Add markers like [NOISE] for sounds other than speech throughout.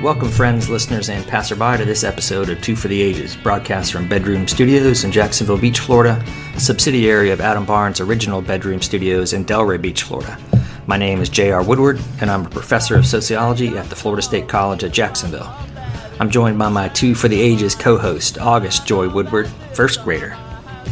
Welcome, friends, listeners, and passerby, to this episode of Two for the Ages, broadcast from Bedroom Studios in Jacksonville Beach, Florida, a subsidiary of Adam Barnes' original Bedroom Studios in Delray Beach, Florida. My name is J.R. Woodward, and I'm a professor of sociology at the Florida State College at Jacksonville. I'm joined by my Two for the Ages co-host, August Joy Woodward, first grader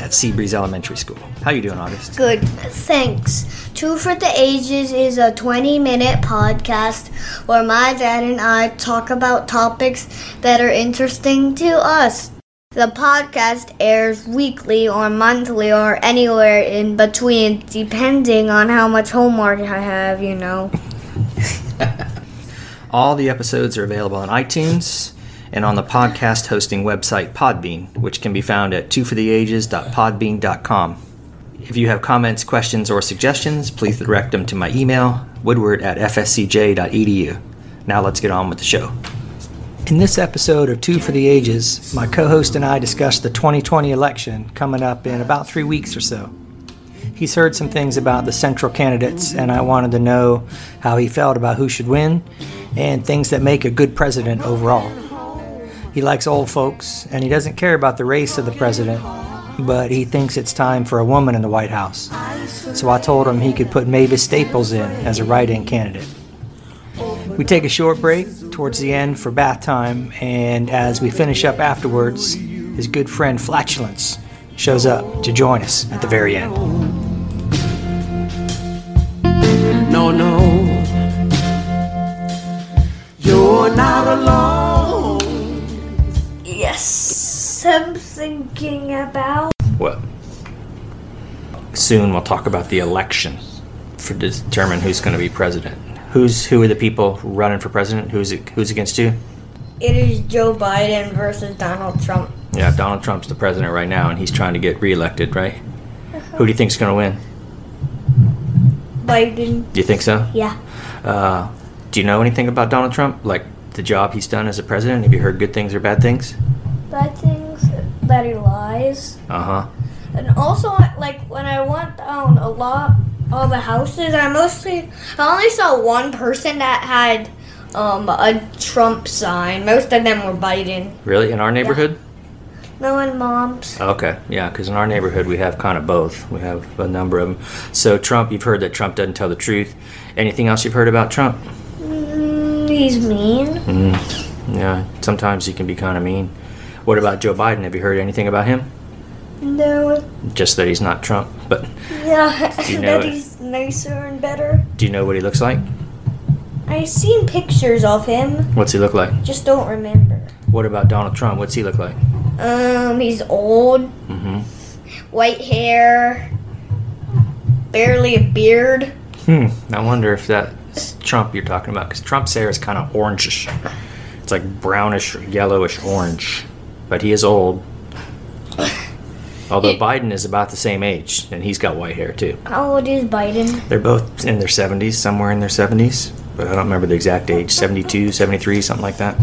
at Seabreeze Elementary School. How you doing, August? Good, thanks. Two for the Ages is a 20 minute podcast where my dad and I talk about topics that are interesting to us. The podcast airs weekly or monthly or anywhere in between, depending on how much homework I have, you know. All the episodes are available on iTunes and on the podcast hosting website Podbean, which can be found at twofortheages.podbean.com. If you have comments, questions, or suggestions, please direct them to my email, woodward at fscj.edu. E Now let's get on with the show. In this episode of Two for the Ages, my co host and I discussed the 2020 election coming up in about three weeks or so. He's heard some things about the central candidates, and I wanted to know how he felt about who should win and things that make a good president overall. He likes old folks, and he doesn't care about the race of the president, but he thinks it's time for a woman in the White House. So I told him he could put Mavis Staples in as a write in candidate. We take a short break towards the end for bath time, and as we finish up afterwards, his good friend Flatulence shows up to join us at the very end. No, no. You're not alone. Yes, I'm thinking about. What? Soon we'll talk about the election for to determine who's going to be president. Who's who are the people running for president? Who's who's against who? It is Joe Biden versus Donald Trump. Yeah, Donald Trump's the president right now, and he's trying to get reelected, right? Who do you think's going to win? Biden. Do you think so? Yeah. Uh, do you know anything about Donald Trump? Like the job he's done as a president? Have you heard good things or bad things? Bad things that he lies. Uh huh. And also, like when I went down a lot, all the houses, I mostly, I only saw one person that had um, a Trump sign. Most of them were Biden. Really? In our neighborhood? No one, mom's. Okay. Yeah, because in our neighborhood we have kind of both. We have a number of them. So Trump, you've heard that Trump doesn't tell the truth. Anything else you've heard about Trump? Mm, he's mean. Yeah. Sometimes he can be kind of mean. What about Joe Biden? Have you heard anything about him? No. Just that he's not Trump. But Yeah, [LAUGHS] You know that it. he's nicer and better. do you know what he looks like? I've seen pictures of him, What's he look like? just don't remember. What about Donald Trump? What's he look like? Um, he's old, Mm-hmm. white hair, barely a beard. Hmm. I wonder if that's Trump you're talking about, because Trump's hair is kind of orangish. It's like brownish, yellowish orange, but he is old. Although [LAUGHS] Biden is about the same age, and he's got white hair too. How old is Biden? They're both in their 70s, somewhere in their 70s, but I don't remember the exact age 72, 73, something like that.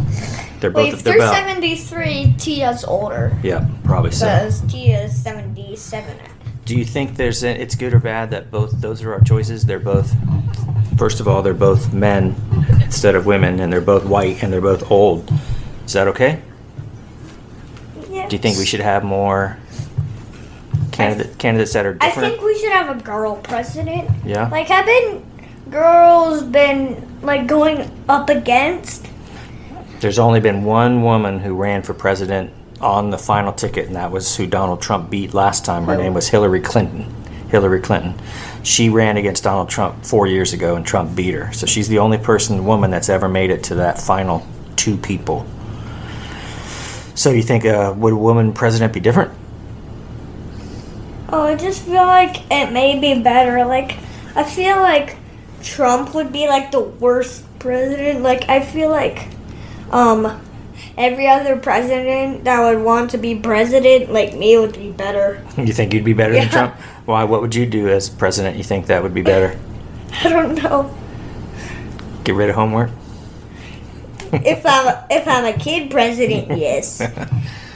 They're both. Wait, if they're they're about. 73, Tia's older. yeah, probably so. Because Tia's 77. Do you think there's a, it's good or bad that both those are our choices? They're both first of all they're both men instead of women, and they're both white and they're both old. Is that okay? Do you think we should have more candidate candidates that are I different? think we should have a girl president. yeah. Like, I've been. Girls been, like, going up against. There's only been one woman who ran for president on the final ticket, and that was who Donald Trump beat last time. Her name was Hillary Clinton. Hillary Clinton. She ran against Donald Trump four years ago, and Trump beat her. So she's the only person, woman, that's ever made it to that final two people. So you think uh, would a woman president be different? Oh, I just feel like it may be better. Like, I feel like Trump would be, like, the worst president. Like, I feel like, um. Every other president that would want to be president, like me, would be better. [LAUGHS] You think you'd be better than Yeah. Trump? Why? What would you do as president? You think that would be better? I don't know. Get rid of homework. [LAUGHS] if I'm if I'm a kid president, yes,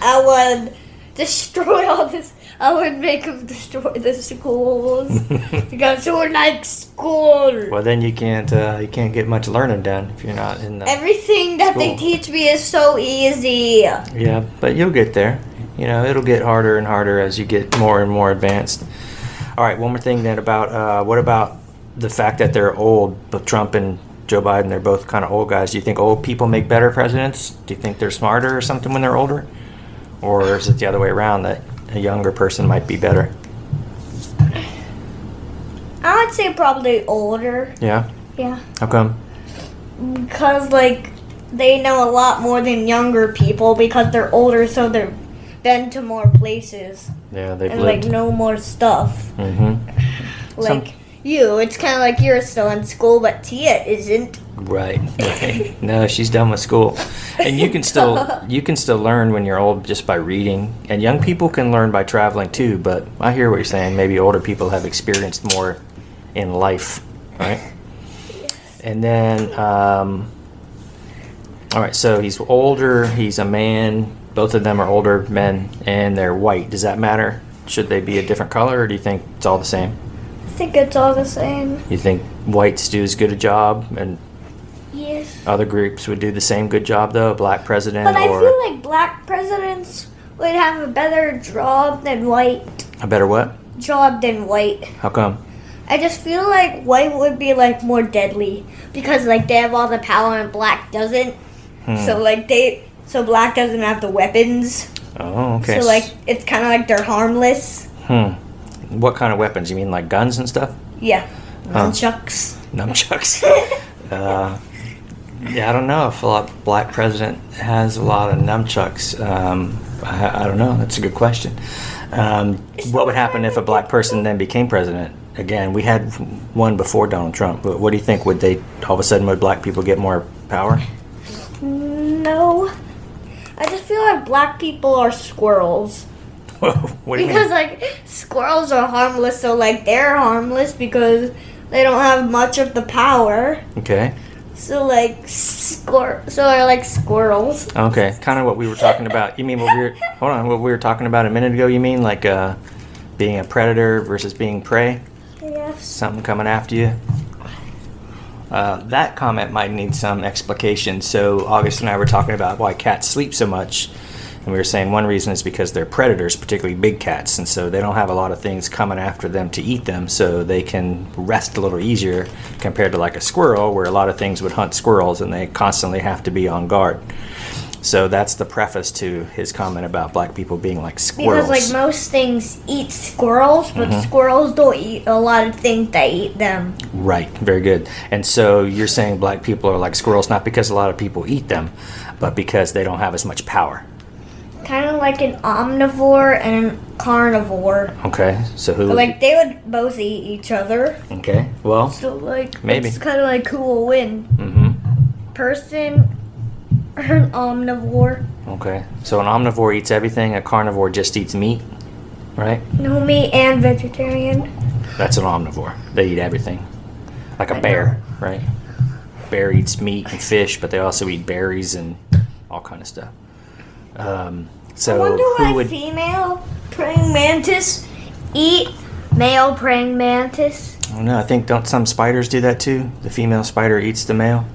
I would destroy all this. I would make him destroy the schools [LAUGHS] because we're like school. Well, then you can't uh, you can't get much learning done if you're not in the. Everything that they School. teach me is so easy. yeah, but you'll get there. You know, it'll get harder and harder as you get more and more advanced. All right, one more thing then about uh, what about the fact that they're old? But Trump and Joe Biden, they're both kind of old guys. Do you think old people make better presidents? Do you think they're smarter or something when they're older, or is it the other way around that a younger person might be better? I would say probably older. Yeah, Yeah. how come? Because, like, they know a lot more than younger people because they're older, so they've been to more places Yeah, they've and, like, know more stuff. mm-hmm. Like, you, it's kind of like you're still in school, but Tia isn't. Right. right. no, she's done with school. And you can still you can still learn when you're old just by reading. And young people can learn by traveling too, but I hear what you're saying. Maybe older people have experienced more in life, right? And then um all right, so he's older, he's a man. Both of them are older men and they're white. Does that matter? Should they be a different color or do you think it's all the same? I think it's all the same. You think whites do as good a job and Yes. other groups would do the same good job though a black president But I or feel like black presidents would have a better job than white. a better what Job than white. how come I just feel like white would be like more deadly because like they have all the power and black doesn't. Hmm. So like they so black doesn't have the weapons. oh okay So like it's kind of like they're harmless. hmm. what kind of weapons you mean like guns and stuff Yeah. Nunchucks. [LAUGHS] nunchucks uh, yeah i don't know if a lot black president has a lot of nunchucks um, I, I don't know that's a good question um, what would happen if a black person then became president again we had one before donald trump but what do you think would they all of a sudden would black people get more power [LAUGHS] No. I just feel like black people are squirrels what do you mean because like squirrels are harmless. So like they're harmless because they don't have much of the power. okay So like squir so are like squirrels. Okay, kind of what we were talking about. You mean what we were? Hold on, what we were talking about a minute ago? You mean like uh, being a predator versus being prey? [LAUGHS] Yes. Something coming after you. Uh, that comment might need some explication. So August and I were talking about why cats sleep so much, and we were saying one reason is because they're predators, particularly big cats, and so they don't have a lot of things coming after them to eat them, so they can rest a little easier compared to like a squirrel, where a lot of things would hunt squirrels, and they constantly have to be on guard. So that's the preface to his comment about black people being like squirrels. Mm-hmm. Because like most things eat squirrels, but squirrels don't eat a lot of things that eat them. Right, very good. And so you're saying black people are like squirrels, not because a lot of people eat them, but because they don't have as much power. Kind of like an omnivore and a carnivore. Okay, so who? But, like they would both eat each other. okay, well, So like Maybe. it's kind of like who will win, hmm person um, or an omnivore. okay. So an omnivore eats everything. A carnivore just eats meat, right? No meat and vegetarian. That's an omnivore. They eat everything, like a bear, right? Bear eats meat and fish, but they also eat berries and all kind of stuff. Um, so I wonder who why would? female praying mantis eat male praying mantis, I don't know. I think don't some spiders do that too? The female spider eats the male.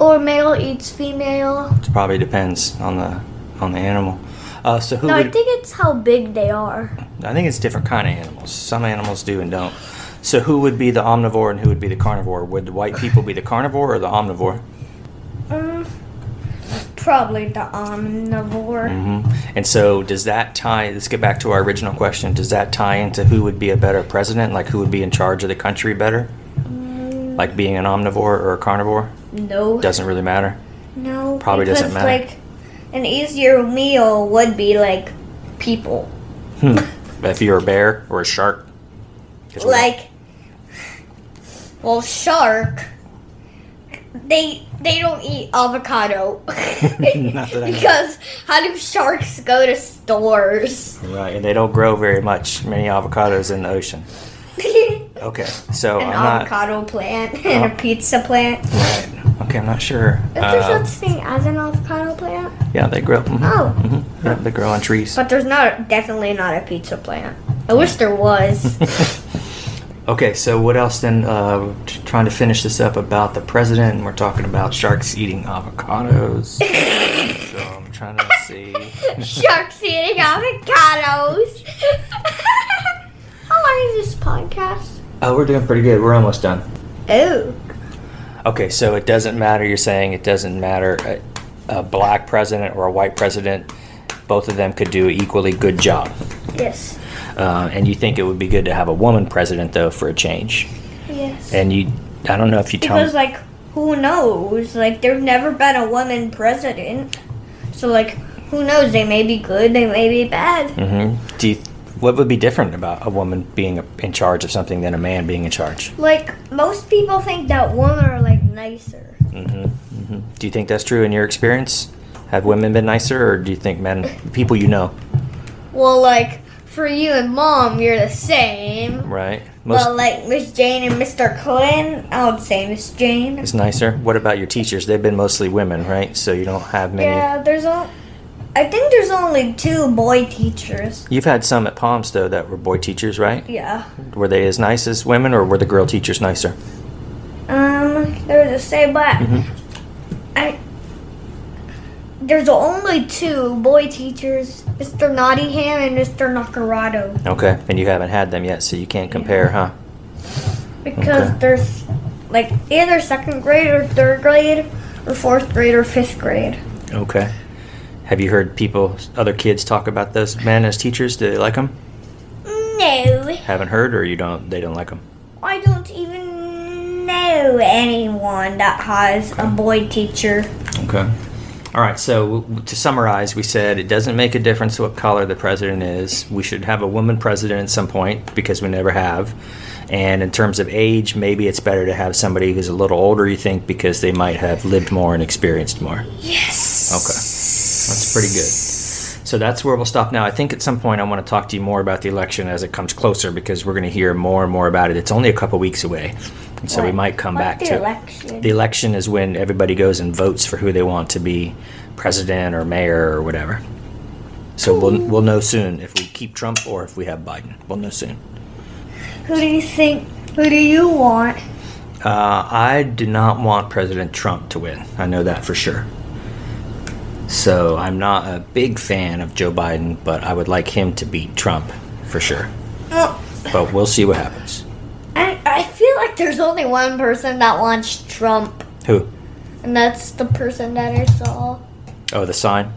or male eats female. It probably depends on the on the animal. Uh, so who No, I would? think it's how big they are. I think it's different kind of animals. Some animals do and don't. So who would be the omnivore and who would be the carnivore? Would the white people be the carnivore or the omnivore? Mm, probably the um, omnivore. hmm And so does that tie? Let's get back to our original question. Does that tie into who would be a better president? Like who would be in charge of the country better? Like being an omnivore or a carnivore No. doesn't really matter. no. Probably because, doesn't matter. Like, an easier meal would be like people. Hmm. But if you're a bear or a shark, 'cause we- Like, well, shark. They they don't eat [LAUGHS] avocado. [LAUGHS] Not that I know. because how do sharks go to stores? [LAUGHS] right, and they don't grow very much. Many avocados in the ocean. Okay, so An I'm not. Oh. avocado plant [LAUGHS] and a pizza plant. Is Right. Okay, I'm not sure. there Uh, such thing as an avocado plant? yeah, they grow. mhm. Oh. Mhm. Not big growing trees. But there's not definitely not a pizza plant. I wish there was. [LAUGHS] [LAUGHS] Okay, so what else then? Uh, t- trying to finish this up about the president, and we're talking about sharks eating [LAUGHS] avocados. so I'm trying to [LAUGHS] see. Sharks eating avocados. [LAUGHS] [LAUGHS] How long is this podcast? Oh, we're doing pretty good. We're almost done. Oh, Okay, so it doesn't matter. You're saying it doesn't matter a, a black president or a white president. Both of them could do an equally good job. yes, Uh, and you think it would be good to have a woman president though for a change. yes. And you, I don't know if you tell because me. like, who knows? Like, there's never been a woman president, so like, who knows? They may be good, they may be bad. hmm Do you, what would be different about a woman being in charge of something than a man being in charge? Like, most people think that women are like nicer. Mm-hmm. Do you think that's true in your experience? Have women been nicer, or do you think men, people you know, Well, like for you and mom, you're the same. right? Most Well, like Miss Jane and Mr. Clinton, I would say Miss Jane. is nicer. What about your teachers? They've been mostly women, right? So you don't have many. Yeah, there's only. I think there's only two boy teachers. You've had some at Palms though that were boy teachers, right? Yeah. Were they as nice as women, or were the girl teachers nicer? Um, they're the same, but Mm-hmm. I. There's only two boy teachers, Mr. Nottingham and Mr. Nakarado, Okay, and you haven't had them yet, so you can't compare, huh? because Okay. there's like either second grade or third grade or fourth grade or fifth grade. Okay. Have you heard people, other kids, talk about those men as teachers? Do they like them? No, Haven't heard, or you don't? They don't like them. I don't even know anyone that has a boy teacher. Okay. All right. So w- to summarize, we said it doesn't make a difference what color the president is. We should have a woman president at some point because we never have. And in terms of age, maybe it's better to have somebody who's a little older. You think because they might have lived more and experienced more. Yes. Okay. That's pretty good. So that's where we'll stop now. I think at some point I want to talk to you more about the election as it comes closer because we're going to hear more and more about it. It's only a couple weeks away. And so we What? might come What's back the to it. election? The election is when everybody goes and votes for who they want to be president or mayor or whatever. So we'll, we'll know soon if we keep Trump or if we have Biden. We'll know soon. Who do you think? Who do you want? Uh, I do not want President Trump to win. I know that for sure. So I'm not a big fan of Joe Biden, but I would like him to beat Trump for sure. Well, But we'll see what happens. I, I feel like there's only one person that wants Trump, Who? and that's the person that I saw. [LAUGHS] Oh, the sign?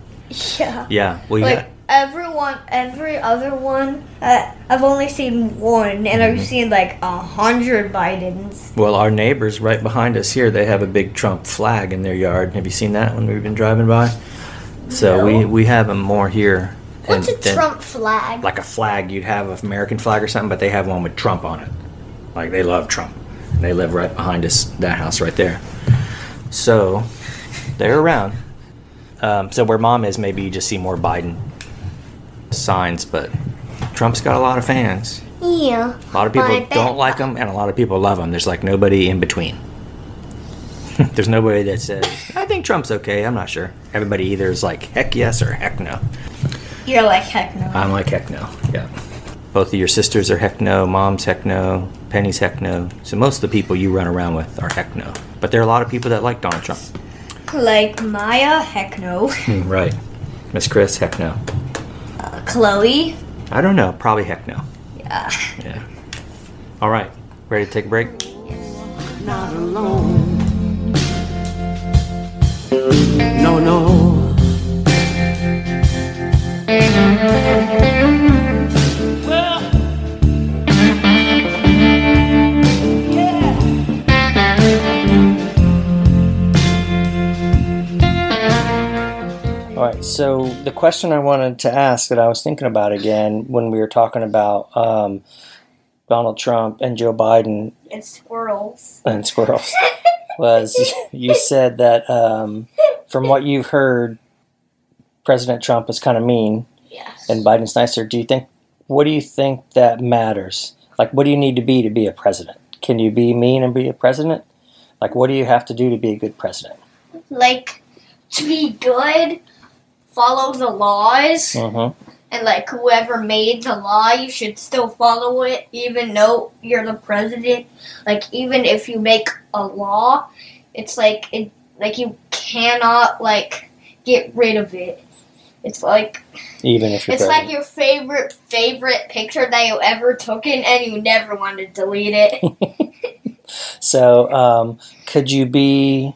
Yeah. Yeah. Well, you Like got- everyone, every other one, uh, I've only seen one, and Mm-hmm. I've seen like a hundred Bidens. well, our neighbors right behind us here, they have a big Trump flag in their yard. Have you seen that when we've been driving by? So we, No. we have them more here. What's than- a than- Trump flag? like a flag you'd have an American flag or something, but they have one with Trump on it. Like they love Trump. They live right behind us, that house right there. So they're around. Um, so where mom is, maybe you just see more Biden signs, but Trump's got a lot of fans. yeah. A lot of But I people bet- don't like him, and a lot of people love him. There's like nobody in between. [LAUGHS] There's nobody that says, I think Trump's okay. I'm not sure. Everybody either is like, heck yes or heck no. You're like heck no. I'm like heck no. Yeah. Both of your sisters are heck no. Mom's heck no. Penny's heck no. So most of the people you run around with are heck no. But there are a lot of people that like Donald Trump. like Maya, heck no. Mm, Right. Miss Chris, heck no. [LAUGHS] Chloe, I don't know. Probably heck no. yeah. Yeah. All right. Ready to take a break? not alone. No, no. All right. So the question I wanted to ask that I was thinking about again when we were talking about um, Donald Trump and Joe Biden And squirrels. [LAUGHS] and squirrels [LAUGHS] was you said that um, from what you've heard, President Trump is kind of mean Yes. and Biden's nicer. Do you think? What do you think that matters? Like, what do you need to be to be a president? Can you be mean and be a president? Like, what do you have to do to be a good president? like to be good follow the laws, Uh-huh. and like whoever made the law, you should still follow it, even though you're the president. Like even if you make a law, it's like it like you cannot like get rid of it. It's like Even if you're it's pregnant. like your favorite favorite picture that you ever took in, and you never want to delete it. So, um, could you be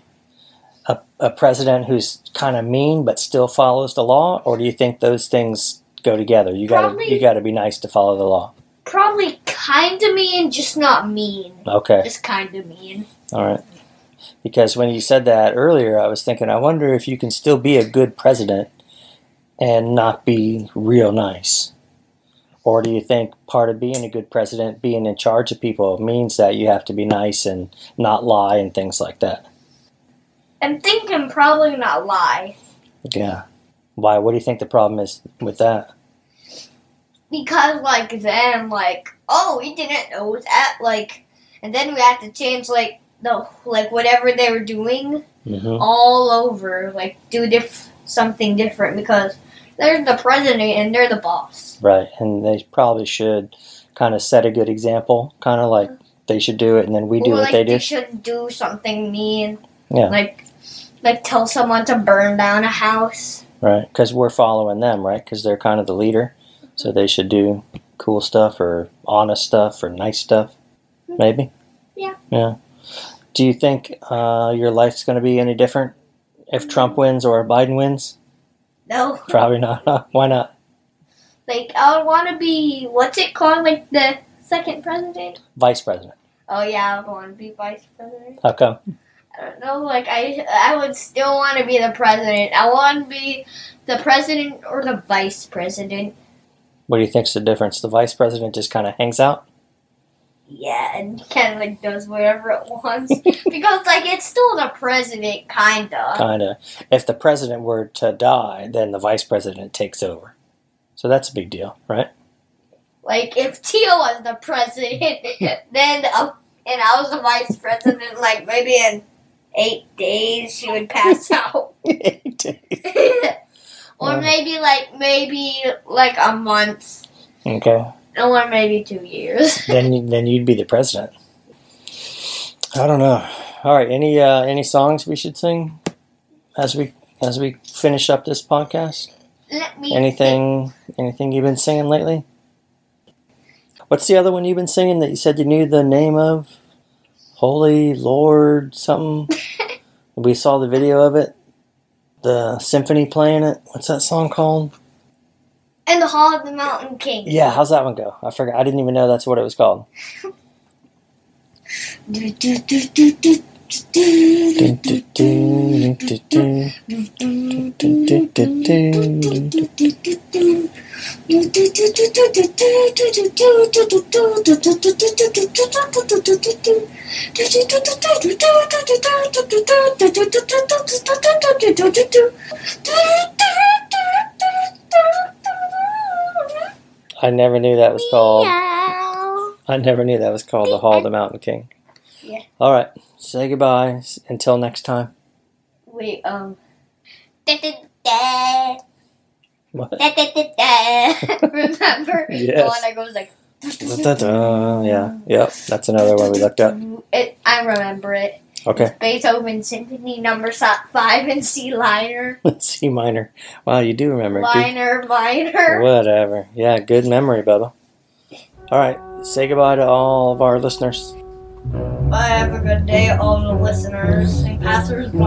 a, a president who's kind of mean but still follows the law, or do you think those things go together? You gotta Probably- you gotta be nice to follow the law. Probably kind of mean, just not mean. Okay, Just kind of mean. all right. Because when you said that earlier, I was thinking, I wonder if you can still be a good president and not be real nice. Or do you think part of being a good president, being in charge of people, means that you have to be nice and not lie and things like that? I'm thinking probably not lie Yeah. Why? What do you think the problem is with that? because like then like oh we didn't know that like, and then we had to change like the like whatever they were doing Mm-hmm. all over like do diff something different because they're the president and they're the boss. Right. And they probably should kind of set a good example, kind of like they should do it and then we do or, what like, they do. should do something mean. Yeah. Like, like tell someone to burn down a house. Right. Because we're following them, right? Because they're kind of the leader. So they should do cool stuff or honest stuff or nice stuff, maybe? Mm-hmm. Yeah. Yeah. Do you think uh, your life's going to be any different if Mm-hmm. Trump wins or Biden wins? [LAUGHS] No, Probably not. Why not? like I would want to be what's it called? Like the second president? Vice president. Oh yeah, I would want to be vice president. How come? I don't know. Like I, I would still want to be the president. I want to be the president or the vice president. What do you think's the difference? The vice president just kind of hangs out. Yeah, and kind of like does whatever it [LAUGHS] wants because like it's still the president, kinda. Kind of. If the president were to die, then the vice president takes over. So that's a big deal, right? Like if Tia was the president, [LAUGHS] then uh, and I was the vice president, like maybe in eight days she would [LAUGHS] pass out, [LAUGHS] or Wow. maybe like maybe like a month, okay. or maybe two years. Then you- then you'd be the president. I don't know. All right. Any uh, any songs we should sing as we as we finish up this podcast? Let me Anything anything you've been singing lately? What's the other one you've been singing that you said you knew the name of? Holy Lord something. we saw the video of it. The symphony playing it. What's that song called? And the Hall of the Mountain King. Yeah, how's that one go? I forgot. I didn't even know that's what it was called. Do, do, do, do, do, do, do, Do, do, do, do, do, do, do, do, do, do, do. Meow. I never knew that was called. I never knew that was called The Hall of the Mountain King. Yeah. All right. Say goodbye. S- Until next time. Wait, um. Da, da, da, What? da, da, da, da. [LAUGHS] Remember? The Yes. one that goes like. Da-da-da. Yeah. Yep. That's another one we looked up. It, I remember it. Okay. [LAUGHS] Beethoven Symphony Number Si- Five in C minor, C minor. Wow, you do remember. Good- minor, minor. Whatever. Yeah, good memory, Bubba. All right, say goodbye to all of our listeners. [LAUGHS] Bye, have a good day, all the listeners and passersby.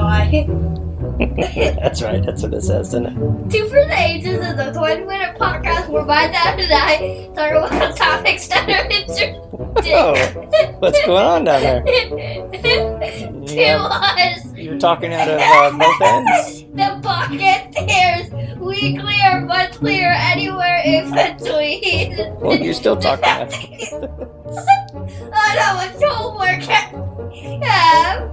that's right. That's what it says, isn't [LAUGHS] it? Two for the Ages is a 20 minute podcast where my dad and I talk about topics that are interesting. Oh, What's going on down there? [LAUGHS] there? to us. You're talking out of uh, both ends. [LAUGHS] the pocket tears, weekly or monthly or anywhere in between. [LAUGHS] Well, you're still talking. Out. I know it's homework. [LAUGHS] Yeah.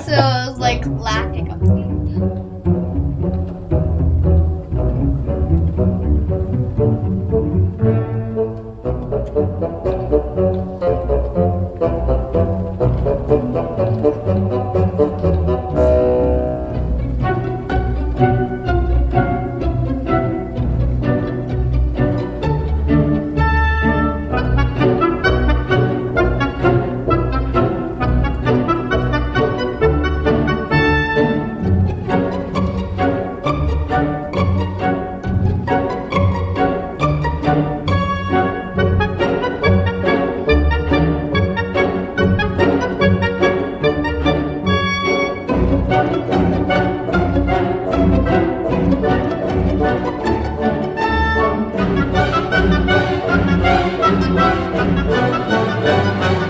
so I was like laughing. Thank you.